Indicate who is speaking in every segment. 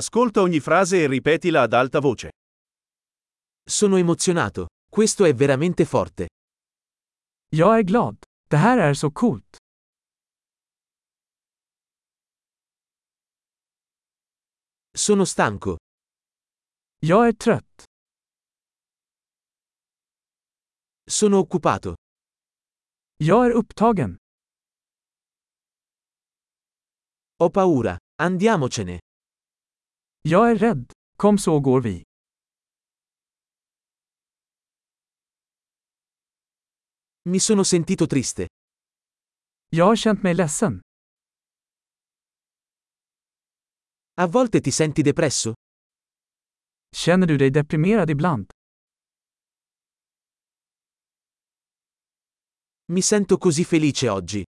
Speaker 1: Ascolta ogni frase e ripetila ad alta voce.
Speaker 2: Sono emozionato. Questo è veramente forte.
Speaker 3: Jag är glad. Det här är så coolt.
Speaker 2: Sono stanco.
Speaker 3: Jag är trött.
Speaker 2: Sono occupato.
Speaker 3: Jag är upptagen.
Speaker 2: Ho paura. Andiamocene.
Speaker 3: Jag är rädd. Kom så går vi.
Speaker 2: Mi sono sentito triste.
Speaker 3: Jag har känt mig ledsen.
Speaker 2: A volte ti senti depresso?
Speaker 3: Känner du dig deprimerad ibland?
Speaker 2: Mi sento così felice oggi.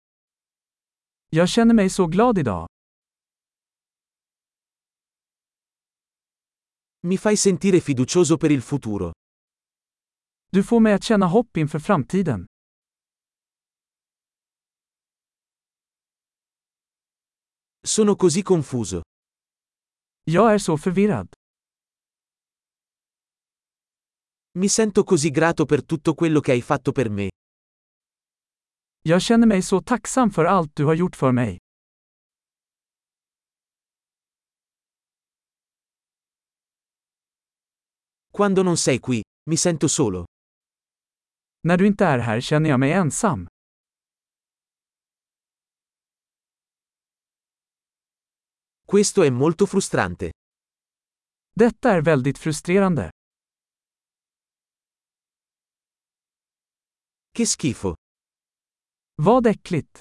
Speaker 3: Jag känner mig så glad idag.
Speaker 2: Mi fai sentire fiducioso per il futuro.
Speaker 3: Du får mig att känna hopp inför framtiden.
Speaker 2: Sono così confuso.
Speaker 3: Jag är så förvirrad.
Speaker 2: Mi sento così grato per tutto quello che hai fatto per me.
Speaker 3: Jag känner mig så tacksam för allt du har gjort för mig.
Speaker 2: Quando non sei qui, mi sento solo.
Speaker 3: När du inte är här känner jag mig ensam.
Speaker 2: Questo è molto frustrante.
Speaker 3: Detta är väldigt frustrerande.
Speaker 2: Che schifo.
Speaker 3: Vad äckligt.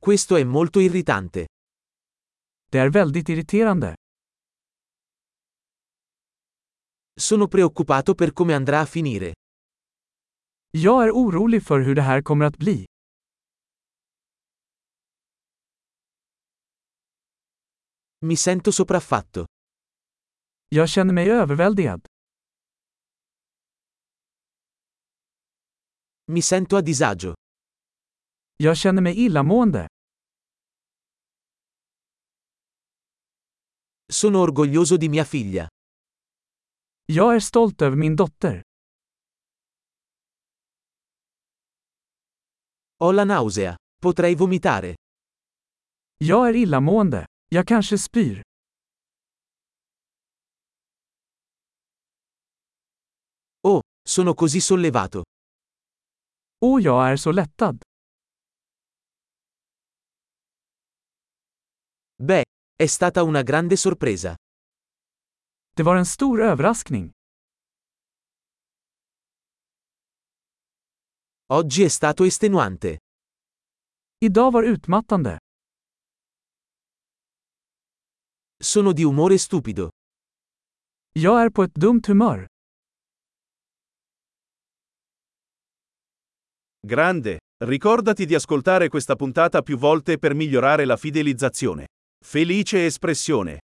Speaker 2: Questo è molto irritante.
Speaker 3: Det är väldigt irriterande.
Speaker 2: Sono preoccupato per come andrà a finire.
Speaker 3: Jag är orolig för hur det här kommer att bli.
Speaker 2: Mi sento sopraffatto.
Speaker 3: Jag känner mig överväldigad.
Speaker 2: Mi sento a disagio.
Speaker 3: Jag känner mig illamående.
Speaker 2: Sono orgoglioso di mia figlia.
Speaker 3: Jag är stolt över min dotter.
Speaker 2: Ho la nausea. Potrei vomitare.
Speaker 3: Jag är illamående. Jag kanske spyr.
Speaker 2: Oh, sono così sollevato.
Speaker 3: Och jag är så lättad.
Speaker 2: Beh, è stata una grande sorpresa.
Speaker 3: Det var en stor överraskning.
Speaker 2: Oggi è stato estenuante.
Speaker 3: Idag var utmattande.
Speaker 2: Sono di umore stupido.
Speaker 3: Jag är på ett dumt humör.
Speaker 1: Grande, ricordati di ascoltare questa puntata più volte per migliorare la fidelizzazione. Felice espressione.